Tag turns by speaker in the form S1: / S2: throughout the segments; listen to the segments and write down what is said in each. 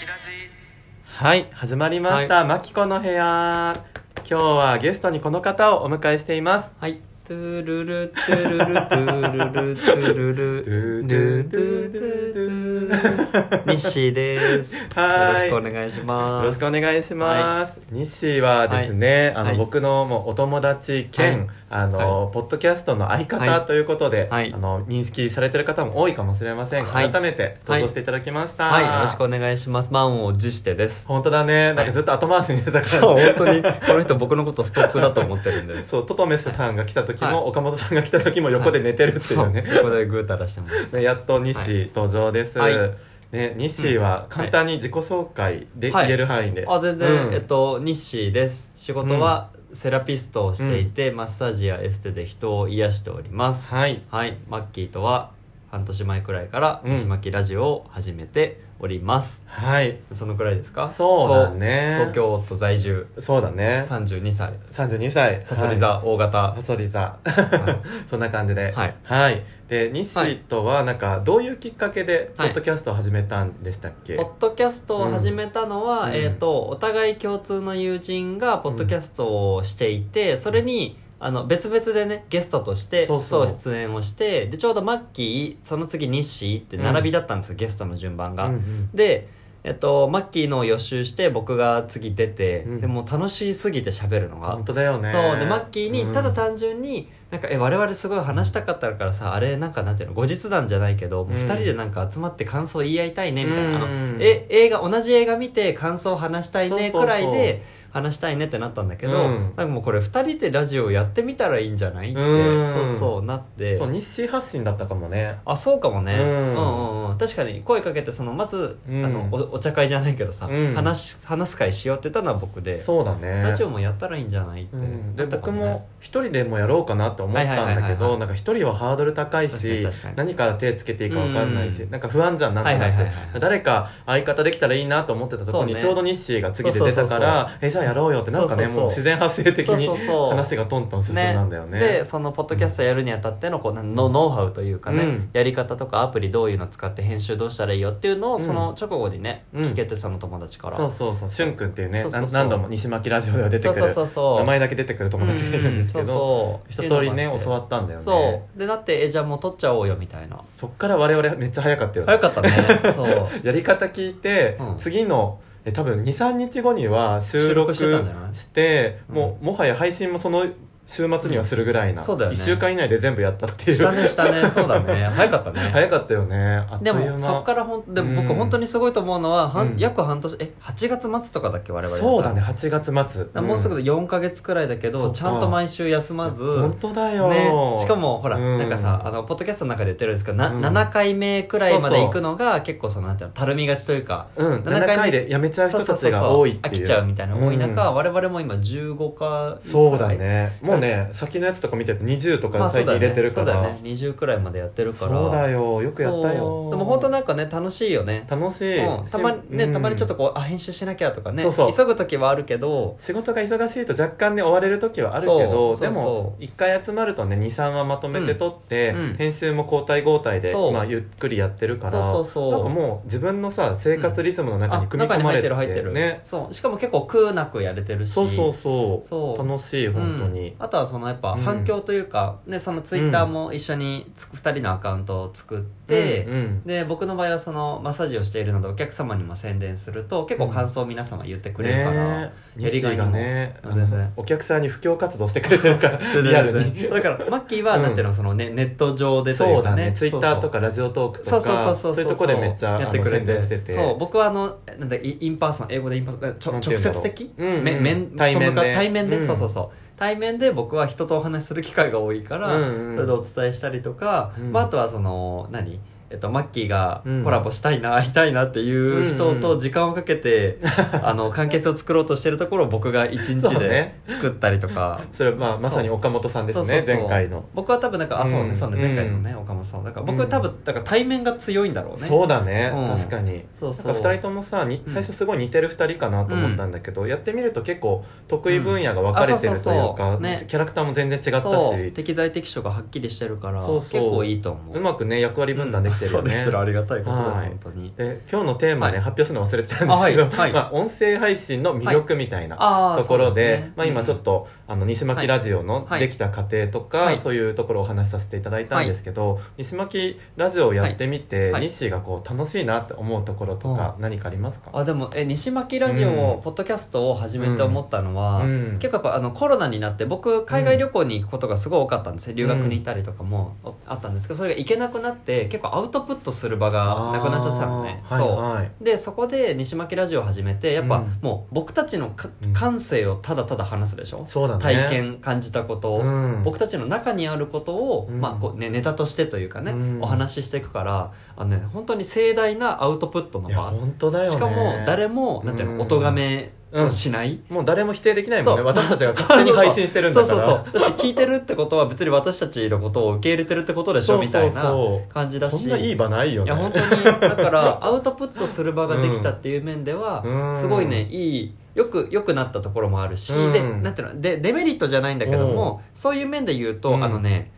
S1: キラジ
S2: はい始まりました「まきこの部屋」今日はゲストにこの方をお迎えしています
S3: はい。トゥルルトゥルルトゥルルトゥルルトゥルルトゥルルトゥルニッシーです。よろ
S2: は
S3: し
S2: い
S3: くお願いします。
S2: よろしくお願いします、ニッシーはですね、あの、
S3: はい
S2: 僕のもうお友達兼、あの、ポッドキャストの相
S3: は
S2: 方
S3: い
S2: ということで、
S3: はい
S2: あの認識されてる方も多いかもしれません、
S3: はい
S2: 改めて登場していただきました、
S3: はい。よろしくお願いします。満を持し てです。
S2: 本当だねなんかずっと後回しにしてたから、
S3: そう、本当に、この人僕のことストックだと思ってるんで す。
S2: そうトトメスさんが来た時も、
S3: はい
S2: 岡本さんが来た時も横で寝てるってい
S3: そうう、
S2: ね、
S3: ここでぐーたらしてます。
S2: ねやっと西登場です、
S3: はい
S2: ね、西は簡単に自己紹介で
S3: はい
S2: 言える範囲で、
S3: あ、全
S2: う
S3: 然、
S2: ん
S3: えっと、ニッシーです。仕事はセラピストをしていて、マッサージやエステで人を癒しております。
S2: はい
S3: はい、マッキーとは半年前くらいから西巻ラジオを始めております、
S2: はい
S3: そのくらいですか
S2: そうだね
S3: と東京都在住
S2: そうだね
S3: 32歳
S2: 32歳
S3: さそり 座、
S2: はい
S3: 大型
S2: さそり座
S3: は
S2: そんな感じでは
S3: はい、
S2: で西とはなんかどういうきっかけでポ
S3: はい
S2: ッドキャストを始めたんでしたっけ、
S3: いポッドキャストを始めたのは、
S2: うん
S3: えっ、とお互い共通の友人がポッドキャストをしていて、それにあの別々でねゲストとして
S2: そうそう
S3: 出演をしてでちょうどマッキーその次ニッシーって並びだったんですよ、ゲストの順番が、
S2: うんうん
S3: で、えっと、マッキーのを予習して僕が次出て、
S2: うん
S3: でもう楽しすぎて喋るのが、
S2: 本当だよね
S3: そうでマッキーに
S2: うん
S3: ただ単純に、なんかえ我々すごい話したかったからさあれなんかなんていうの後日談じゃないけど、もう
S2: うん
S3: 2人でなんか集まって感想言い合いたいねみたいな、あの
S2: うん
S3: え映画同じ映画見て感想話したいね
S2: そうそうそう
S3: くらいで話したいねってなったんだけど、
S2: うん
S3: なんかもうこれ2人でラジオやってみたらいいんじゃないって、
S2: うん
S3: そうそうなって
S2: そう西発信だったかもね
S3: あそうかもね、
S2: う
S3: うんんうんうん、確かに声かけてそのまず、
S2: うん
S3: あのおお茶会じゃないけどさ、
S2: うん
S3: 話話す会しようって言ったのは僕で、
S2: そうだね
S3: ラジオもやったらいいんじゃないって、
S2: うん、で
S3: なったか
S2: 僕
S3: ね
S2: も一人でもやろうかなって思ったんだ
S3: はいはい
S2: け
S3: はいはいは
S2: ど
S3: い
S2: なんか一人はハードル高い
S3: 確か
S2: し
S3: に確かに
S2: 何から手つけていいか分かんないし、
S3: うん
S2: なんか不安じゃんなんかなって、
S3: はいはいはいはい
S2: 誰か相方できたらいいなと思ってたとこに
S3: そうね
S2: ちょうど日誌が次で出たから
S3: そう
S2: えじゃあやろうよってなんかね
S3: そうそうそう
S2: もう自然発生的に
S3: そうそうそう
S2: 話がトントン進んだんだよね
S3: でそのポッドキャストやるにあたってのこうなんのノウハウというかね、
S2: うん
S3: やり方とかアプリどういうの使って編集どうしたらいいよっていうのを
S2: うん
S3: その直後にね、
S2: うん
S3: 聞けてその友達から、
S2: そうそうそうしゅんくんっていうね
S3: そうそうそう
S2: な何度も西巻ラジオでは出てくる
S3: そうそうそうそう
S2: 名前だけ出てくる友達がいるんですけど、
S3: うんそうそう
S2: 一通りね教わ
S3: っ
S2: ったんだよね
S3: そうでだってえじゃあもう撮っちゃおうよみたいな
S2: そっから我々めっちゃ早かったよね
S3: 早かったね そう
S2: やり方聞いて、
S3: うん
S2: 次のえ多分23日後には収録して
S3: 収録してたんじゃないうん
S2: もうもはや配信もその週末にはするぐらいな、
S3: うんそうだよね
S2: 1週間以内で全部やったっていう
S3: したねしたねそうだね早かったね
S2: 早かったよねあっとい
S3: で
S2: う間
S3: もそっからほんでも
S2: う
S3: 僕
S2: ん
S3: 本当にすごいと思うのは、は
S2: うん
S3: ん、約半年え8月末とかだっけ我々
S2: そうだね8月末
S3: だからもうすぐ
S2: ん
S3: 4か月くらいだけ
S2: そっ
S3: ど、
S2: か
S3: ちゃんと毎週休まず
S2: 本当だよ、
S3: ね、しかもほら、
S2: うん
S3: なんかさあのポッドキャストの中で言ってるんですけど、な
S2: うん
S3: 7回目くらいまで行くのが結構そのなんていうのたるみがちというか
S2: うん、
S3: 七回目
S2: 7回でやめちゃう人たちが多いっていう
S3: 飽きちゃうみたいな多い中、
S2: うん
S3: 我々も今15回
S2: そうだねもうね先のやつとか見てて20と
S3: ま
S2: か
S3: あ、そ
S2: 最
S3: う
S2: 近
S3: だ
S2: 入れ
S3: よね
S2: てるか
S3: そう
S2: ら、
S3: だよね20くらいまでやってるから
S2: そうだよよくやった
S3: そ
S2: よ
S3: うでも本当なんかね楽しいよね
S2: 楽しい、
S3: うん、たまにね、
S2: うん
S3: たまにちょっとこうあ編集しなきゃとかね
S2: そうそう
S3: 急ぐ時はあるけど
S2: 仕事が忙しいと若干ね追われる時はあるけど
S3: そう
S2: でも
S3: そうそう
S2: 一回集まるとね23話まとめて撮って、
S3: うんうん
S2: 編集も交代交代で、
S3: そう
S2: まあ、ゆっくりやってるから
S3: そうそうそう
S2: なんかもう自分のさ生活リズムの中
S3: あ
S2: に組み
S3: 中
S2: 込
S3: に
S2: ま
S3: 入
S2: れ,、
S3: っ
S2: ね
S3: ててる入ってる、そうしかも結構空なくやれてるし
S2: そうそうそう
S3: そう
S2: 楽しい本当に
S3: うん、あとはそのやっぱ
S2: うん
S3: 反響というか、ねそのツイッターも一緒につく、2人のアカウントを作って、
S2: うんうん
S3: で僕の場合はそのマッサージをしているのでお客様にも宣伝すると結構感想を皆様言ってくれるから、
S2: ねえ西がね
S3: やりがいも
S2: あの
S3: ね
S2: お客さんに布教活動してくれてる からリアルに
S3: だからマッキーは
S2: うん
S3: なんていうのその、ねネット上でとい
S2: そううだ
S3: か
S2: ね
S3: ね
S2: ツイッターとかラジオトークと
S3: そ
S2: か
S3: うそうそうそう
S2: そういうとこでめっちゃ
S3: やってくれ
S2: あの宣伝してて
S3: そう僕はあのなんだイインパーソン英語でインパーソンちょ
S2: なんて言うん
S3: 直
S2: だろう
S3: 接的、
S2: うんうん
S3: め面
S2: 対面で
S3: と向か対面で、
S2: うん
S3: そうそうそう対面で僕は人とお話しする機会が多いから、
S2: うんうん
S3: それでお伝えしたりとか、
S2: うん
S3: まあ、あとはその何えっと、マッキーが
S2: うん
S3: コラボしたいな、会いたいなっていう人
S2: うんう
S3: と
S2: ん
S3: 時間をかけ て、あの関係性を作ろうとしてるところを僕が一
S2: そ
S3: 日
S2: う
S3: で
S2: ね
S3: 作ったりとか
S2: それはまあまさに岡本さんですね前回の
S3: 僕は多分なんかあそうね、
S2: うん
S3: そうね前回のね岡本さんだから僕
S2: う
S3: は
S2: ん
S3: 多分だから対面が強いんだろうね
S2: そうだね、
S3: うん
S2: 確かに
S3: そうそう
S2: なんか2人ともさに
S3: うん
S2: 最初すごい似てる2人かなと思ったんだけど、やってみると結構得意分野が分かれて
S3: うんあ
S2: ると
S3: そうそう
S2: い
S3: そう
S2: うか、
S3: ね
S2: キャラクターも全然違ったし
S3: そう適材適所がはっきりしてるから
S2: そうそう
S3: 結構いいと思う
S2: うまくね役割分担できってる
S3: そ
S2: よ
S3: うで
S2: ね
S3: きたらありがたいことです
S2: はい
S3: 本当に
S2: で今日のテーマね、
S3: はい
S2: 発表するの忘れてたんですけど、
S3: あはいはい
S2: まあ、音声配信の魅力みたいな、
S3: あ
S2: ところでまあ、今ちょ
S3: と
S2: っと、あの西巻ラジオの
S3: はい
S2: できた過程とか、
S3: はい
S2: そういうところをお話しさせていただいたんですけど、西巻ラジオをやってみて、
S3: はいはい
S2: 西がこう楽しいなって思うところとか何かありますか、
S3: あでもえ西巻ラジオを、
S2: うん
S3: ポッドキャストを始めて思ったのは、
S2: うん
S3: 結構やっぱあのコロナになって僕海外旅行に行くことがすごい多かったんですよ留学に行ったりとかもおあったんですけどそれが行けなくなって結構アウトプットする場がなくなっちゃってたのね、
S2: あー
S3: そう、
S2: はいはい
S3: でそこで西巻ラジオを始めてやっ
S2: う
S3: ぱ
S2: ん
S3: もう僕たちのか
S2: うん
S3: 感性をただただ話すでしょ、
S2: そうだね
S3: 体験感じたことを、
S2: うん
S3: 僕たちの中にあることを、
S2: うん
S3: まあこうね、ネタとしてというかね、
S2: うん
S3: お話ししていくからあの、ね、本当に盛大なアウトプットの
S2: いや
S3: 場
S2: 本当だよね
S3: しかも誰もなんていうのお咎めをしない、
S2: もう誰も否定できないもんね
S3: そう
S2: 私たちが勝手に配信してるん
S3: そ
S2: だ
S3: う
S2: か
S3: そう
S2: ら
S3: そうだし聞いてるってことは別に私たちのことを受け入れてるってことでしょみたいな
S2: そう
S3: 感じだ
S2: そう
S3: し
S2: そんないい場ないよ
S3: い
S2: ね
S3: や本当にだからア ウトプットする場ができたっていう面では、
S2: うん
S3: すごいねいいよくよくなったところもあるし、
S2: うん
S3: でなんていうのでデメリットじゃないんだけどもそういう面で言うと、
S2: うん
S3: あのね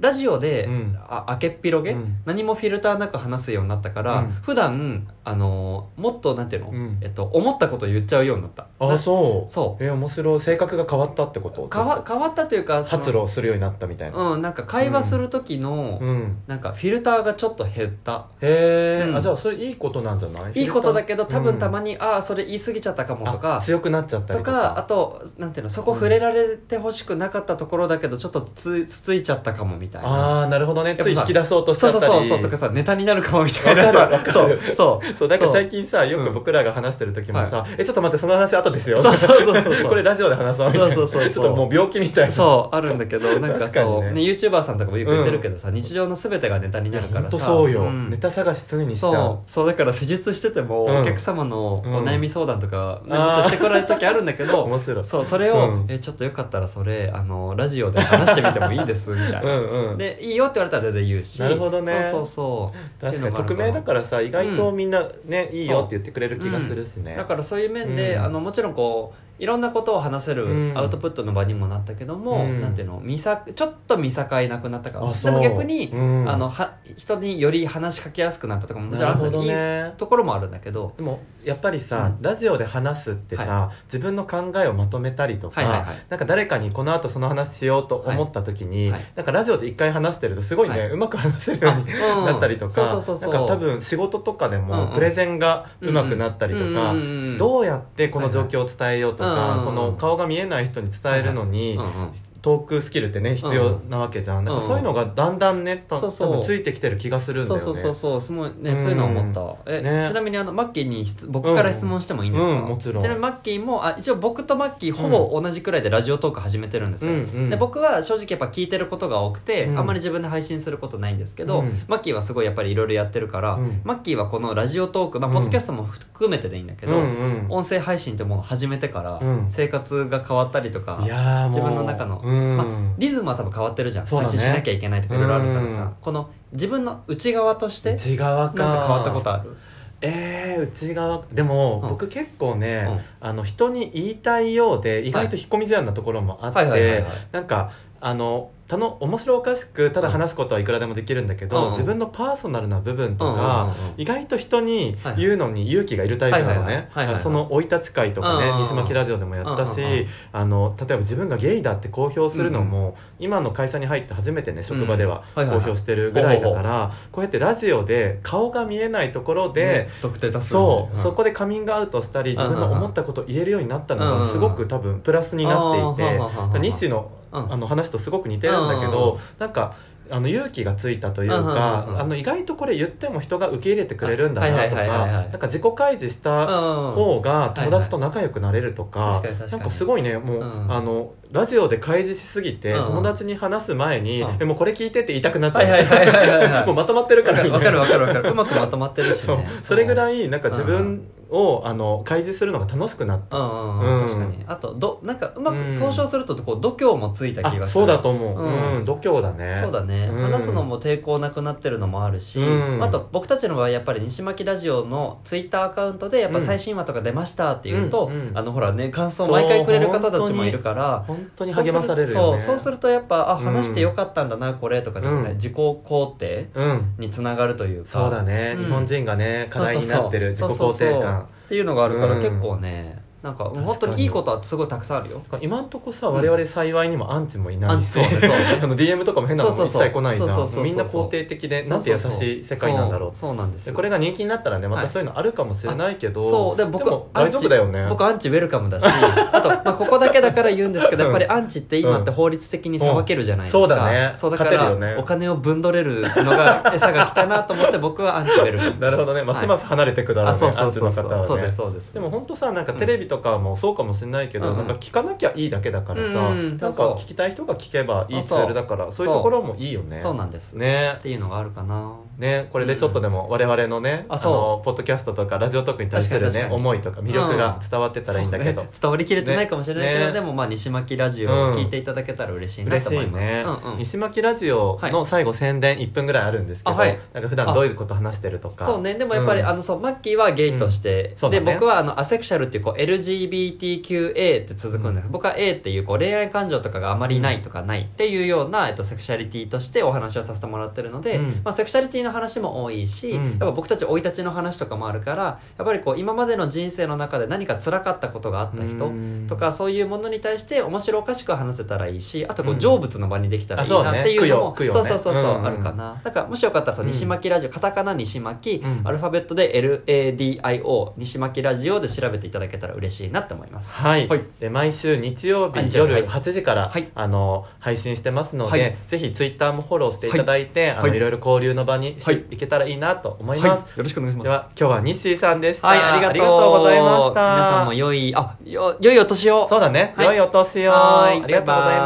S3: ラジオで、
S2: うん
S3: あ開けっ広げ、
S2: うん
S3: 何もフィルターなく話すようになったから、
S2: うん
S3: 普段あのーもっとなんていうの、
S2: うん
S3: えっと、思ったことを言っちゃうようになった
S2: あ
S3: な
S2: そう
S3: そう
S2: え面白い性格が変わったってこと
S3: 変わ変わったというかその
S2: 殺戮するようになったみたいな
S3: うんなんか会話する時の、
S2: うん
S3: なんかフィルターがちょっと減った
S2: へえ、
S3: うん
S2: あじゃあそれいいことなんじゃない
S3: いいことだけど多分たま
S2: に、
S3: に、ああそれ言い過ぎちゃったかも
S2: あ
S3: とか
S2: 強くなっちゃったり
S3: と
S2: と
S3: かあ
S2: か
S3: となんていうのそこ触れられてほしくなかったところだけどちょっとつつついちゃったかもみたいな
S2: ああーなるほどね
S3: ぱ
S2: つい
S3: さ
S2: 引き出そうとしち
S3: そ
S2: ゃ
S3: う
S2: っ
S3: そ
S2: た
S3: う
S2: り
S3: そうそうとかさネタになるかもみたいな
S2: わかる
S3: さそ
S2: わ
S3: う
S2: か
S3: そう
S2: そうだから
S3: そう
S2: 最近さよく僕らが話してる時もさ、えちょっと待ってその話後ですよ
S3: そうそうそう そう
S2: これラジオで話そうみたいな
S3: そうそうそうそう
S2: ちょっともう病気みたいな
S3: そうあるんだけどなんか
S2: 確かに
S3: そう
S2: ね
S3: ね YouTuber さんとかもよく言ってるけどさ日常の全てがネタに
S2: い
S3: な
S2: や
S3: るから
S2: 本
S3: さ
S2: 当そうよ、
S3: ん
S2: ネタ探し常にしちゃ
S3: そうそうだから施術してても
S2: うん
S3: お客様のお悩み相談とかね
S2: うん
S3: もちろんしてこられる時あるんだけ
S2: う
S3: ど
S2: 面白い
S3: そうそれを、
S2: うん
S3: えちょっとよかったらそれあのラジオで話してみてもいいです みたい
S2: う
S3: な、
S2: んうん
S3: でいいよって言われたら全然言うし
S2: なるほどね
S3: そうそうそう
S2: 確かに匿名だ
S3: ら
S2: からさ意外とみんなね、いいよって言ってくれる気がするしね、
S3: だからそういう面で、
S2: うん
S3: あのもちろんこういろんなことを話せ
S2: う
S3: る
S2: ん
S3: アウトプットの場にもなったけども、
S2: うん
S3: なんていうの見さちょっと見境なくなったから
S2: あそう
S3: でも逆に、
S2: うん
S3: あのは人により話しかけやすくなったとかももちろんあった
S2: なるほ
S3: り、
S2: どね
S3: いいところもあるんだけど
S2: でもやっぱりさ、
S3: う
S2: ラジオで話すってさ、自分の考えをまとめたりとか、
S3: はいはいはい
S2: なんか誰かにこの後その話しようと思った時に、
S3: はいはい
S2: なんかラジオで一回話してるとすごいね、
S3: はいう
S2: まく話せるように
S3: うん
S2: なったりとか、
S3: そうそうそうそう
S2: なんか多分仕事とかで
S3: うん
S2: も
S3: うん
S2: プレゼンがうまくなったりとか、
S3: うんうんうんうん
S2: どうやってこの状況を伝えようとか、
S3: はいはいうんうん
S2: この顔が見えない人に伝えるのに、
S3: うんうん
S2: トークスキルってね必要なわけじゃん,、なんかそういうのがだんだんねた
S3: そうそう
S2: 多分ついてきてる気がするんだ
S3: そ
S2: よ
S3: う
S2: ね
S3: そうそうそうすごいね、
S2: うん
S3: そういうのは思ったえ、
S2: ね
S3: ちなみにあのマッキーに質僕から質問してもいいんですか、
S2: うんうんもちろん
S3: ちなみにマッキーもあ一応僕とマッキーほぼ同じくらいでラジオトーク始めてるんですよ、
S2: うんうん
S3: で僕は正直やっぱ聞いてることが多くて、
S2: うん
S3: あんまり自分で配信することないんですけど、
S2: うん
S3: マッキーはすごいやっぱりいろいろやってるから、
S2: うん
S3: マッキーはこのラジオトーク、まあ、
S2: うん
S3: ポッドキャストも含めてでいいんだけど、
S2: うんうん
S3: 音声配信ってものを始めてから
S2: うん
S3: 生活が変わったりとか、
S2: いやーもう
S3: 自分の中の
S2: うん
S3: まあリズムは多分変わってるじゃん、
S2: そうだ
S3: 配
S2: ね
S3: 信しなきゃいけないとかいろいろあるからさ、
S2: うん
S3: この自分の内側として
S2: 内側か
S3: なんか変わったことある
S2: えー、内側でも、
S3: うん
S2: 僕結構ね、あの人に言いたいようで意外と引っ込み思案なところもあって、
S3: はいはいはいはい
S2: なんかあのたの面白おかしくただ話すことはいくらでもできるんだけど、
S3: うん
S2: 自分のパーソナルな部分とか、
S3: うんうんうんうん
S2: 意外と人に言うのに勇気がいるタイプなの
S3: はいはい
S2: ね
S3: はいはいはいはい
S2: その生い立ち会とかね、
S3: うんうんうん
S2: 西巻ラジオでもやったし、
S3: うんうんうん
S2: あの例えば自分がゲイだって公表するのも、今の会社に入って初めてね職場では
S3: う
S2: 公
S3: んはいはいはい
S2: 表してるぐらいだから、こうやってラジオで顔が見えないところで、
S3: ね不特定多数
S2: そう、
S3: ん
S2: そこでカミングアウトしたり自分の思ったことを言えるようになったの
S3: うんうん
S2: がすごく多分プラスになっていて
S3: うんうんうんうんうん
S2: だから日誌の,、
S3: うん
S2: あの話とすごく似てるんだけ
S3: うんうん
S2: ど、なんかあの勇気がついたという
S3: うんうん
S2: か、
S3: うんうん
S2: あの意外とこれ言っても人が受け入れてくれるんだ
S3: あは
S2: ないと
S3: はいはい
S2: か
S3: はいはい
S2: なんか自己開示した
S3: うん
S2: 方が友達と仲良くなれると
S3: はいは
S2: か
S3: い確かに確か
S2: な
S3: に
S2: んかすごいねもう、
S3: うん
S2: あのラジオで開示しすぎて
S3: うん
S2: 友達に話す前に
S3: う
S2: 「
S3: ん
S2: えもうこれ聞いて」って言いたくなっち
S3: はいはいはいはいはい
S2: ゃ
S3: は
S2: う
S3: い
S2: もうまとまってるか
S3: わ
S2: ら
S3: かる
S2: みた
S3: わ
S2: い
S3: かる
S2: な
S3: わかるわかるうまくまとまってるし
S2: そう
S3: ね
S2: それぐ
S3: い
S2: らいなんか自分をあの開示するのが楽しくなった、
S3: うんうん、
S2: うん
S3: 確かにあとどなんかうま
S2: う
S3: く
S2: ん
S3: 総称するとこう度胸もついた気
S2: あ
S3: がする
S2: そうだと思う、
S3: う
S2: うんん度胸だね
S3: そうだね、
S2: うん
S3: 話すのも抵抗なくなってるのもあるし、
S2: うん
S3: あと僕たちの場合やっぱり西巻ラジオのツイッターアカウントでやっぱ最新話とか出ましたっていうと、
S2: うんうん
S3: あのほらね感想毎回くれる方たちもいるから
S2: 本当に励まされるよね
S3: そうするとそうそうす
S2: る
S3: るとやっぱあ
S2: うん
S3: 話してよかったんだなこれとかでもね、
S2: うん
S3: 自己肯定
S2: うん
S3: につながるというか
S2: そうだね、
S3: うん
S2: 日本人がね課題になってる自
S3: そ
S2: 己
S3: うそう
S2: 肯
S3: そう
S2: 定
S3: そうそう
S2: 感
S3: っていうのがあるから
S2: うん
S3: 結構ね、なんか
S2: に
S3: 本当にいいことはすごいたくさんあるよ
S2: 今んとこさ我々幸いにもアンチもいないし、
S3: アンチそうねそうね
S2: あの DM とかも変なの
S3: そ
S2: も
S3: う
S2: 一
S3: そうそう
S2: 切来ないじ
S3: そう
S2: ゃ
S3: そうそうそうん
S2: みんな肯定的でなんて優しい世界なんだろう
S3: そうそうそうなんです
S2: で
S3: よ
S2: これが人気になったらねまたそういうのあるかもしれないけど、
S3: そうで僕
S2: も大丈夫だよね
S3: アンチ僕アンチウェルカムだし あと、まあ、ここだけだから言うんですけど
S2: うん
S3: やっぱりアンチって今って法律的に裁けるじゃないですか、
S2: うんそうだね
S3: そうだか
S2: 勝
S3: ら、
S2: てるよね
S3: お金をぶんどれるのが餌が来たなと思って僕はアンチウェルカム
S2: なるほどねますます離れてくだろ
S3: あ
S2: うね、
S3: そうそ
S2: ア
S3: う
S2: ンチ
S3: そ
S2: の
S3: うそ
S2: 方
S3: う、
S2: はね
S3: そうですそうです
S2: でも本当さなんかテレビとかもそうかもしれないけど、
S3: うん
S2: なんか聞かなきゃいいだけだからさ、
S3: うんうん
S2: な
S3: そ
S2: ん
S3: うそう
S2: か聞きたい人が聞けばいいツールだからそういうところもいいよね
S3: そうなんです、
S2: ね
S3: っていうのがあるかな
S2: ねこれでちょっとでも我々のね、
S3: あ
S2: あ
S3: そう
S2: のポッドキャストとかラジオトークに対する
S3: 確かに
S2: ね
S3: 確かに
S2: 思いとか魅力が伝わってたらいいんだけど、
S3: そうね伝 わりきれてないかもしれないけど、
S2: ねね
S3: でもまあ西巻ラジオを聞いていただけたら嬉しいな
S2: 嬉
S3: と
S2: しい
S3: 思います、
S2: ね、
S3: うんうん
S2: 西巻ラジオの最後宣伝1分ぐらいあるんですけど、
S3: あはい
S2: なんか普段どういうこと話してるとか
S3: そうねでもやっぱり、
S2: うん
S3: あのそうマッキーはゲイとして
S2: ん、そう
S3: で
S2: だね
S3: 僕はあのアセクシャルっていうこう LGBTQA って続くんです、僕は A っていうこう恋愛感情とかがあまりないとかないっていうような、えっと、セクシャリティとしてお話をさせてもらってるので、
S2: うん
S3: まあ、セクシャリティの話も多いし、
S2: うん
S3: やっぱ僕たち生い立ちの話とかもあるからやっぱりこう今までの人生の中で何か辛かったことがあった人
S2: うん
S3: とか、そういうものに対して面白おかしく話せたらいいしあとこう
S2: うん
S3: 成仏の場にできたらいいなっていうのも、
S2: あそうね供養供養
S3: そう
S2: ね
S3: そうそうそう、
S2: うん
S3: あるかなだからもしよかったらさ、
S2: うん
S3: 西巻ラジオカタカナ西巻、
S2: うん
S3: アルファベットで LADIO 西巻ラジオで調べていただけたら嬉しいなって思います
S2: はい、
S3: はい
S2: で毎週日曜
S3: あ
S2: 日
S3: 日曜日
S2: 夜8時から、
S3: はい
S2: あの配信してますので、
S3: はい
S2: ぜひツイッターもフォローしていただいて、あの
S3: はい
S2: いろいろ交流の場にして
S3: はい
S2: いけたらいいなと思います、
S3: ろしくお願いし
S2: では今日はニッシーさんでした、
S3: はいありがとう
S2: ございました
S3: 皆さんも良いあよ良いお年を
S2: そうだね、
S3: はい
S2: 良いお年を
S3: は
S2: あ
S3: い
S2: りがとうございました、
S3: バイ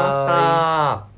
S3: バ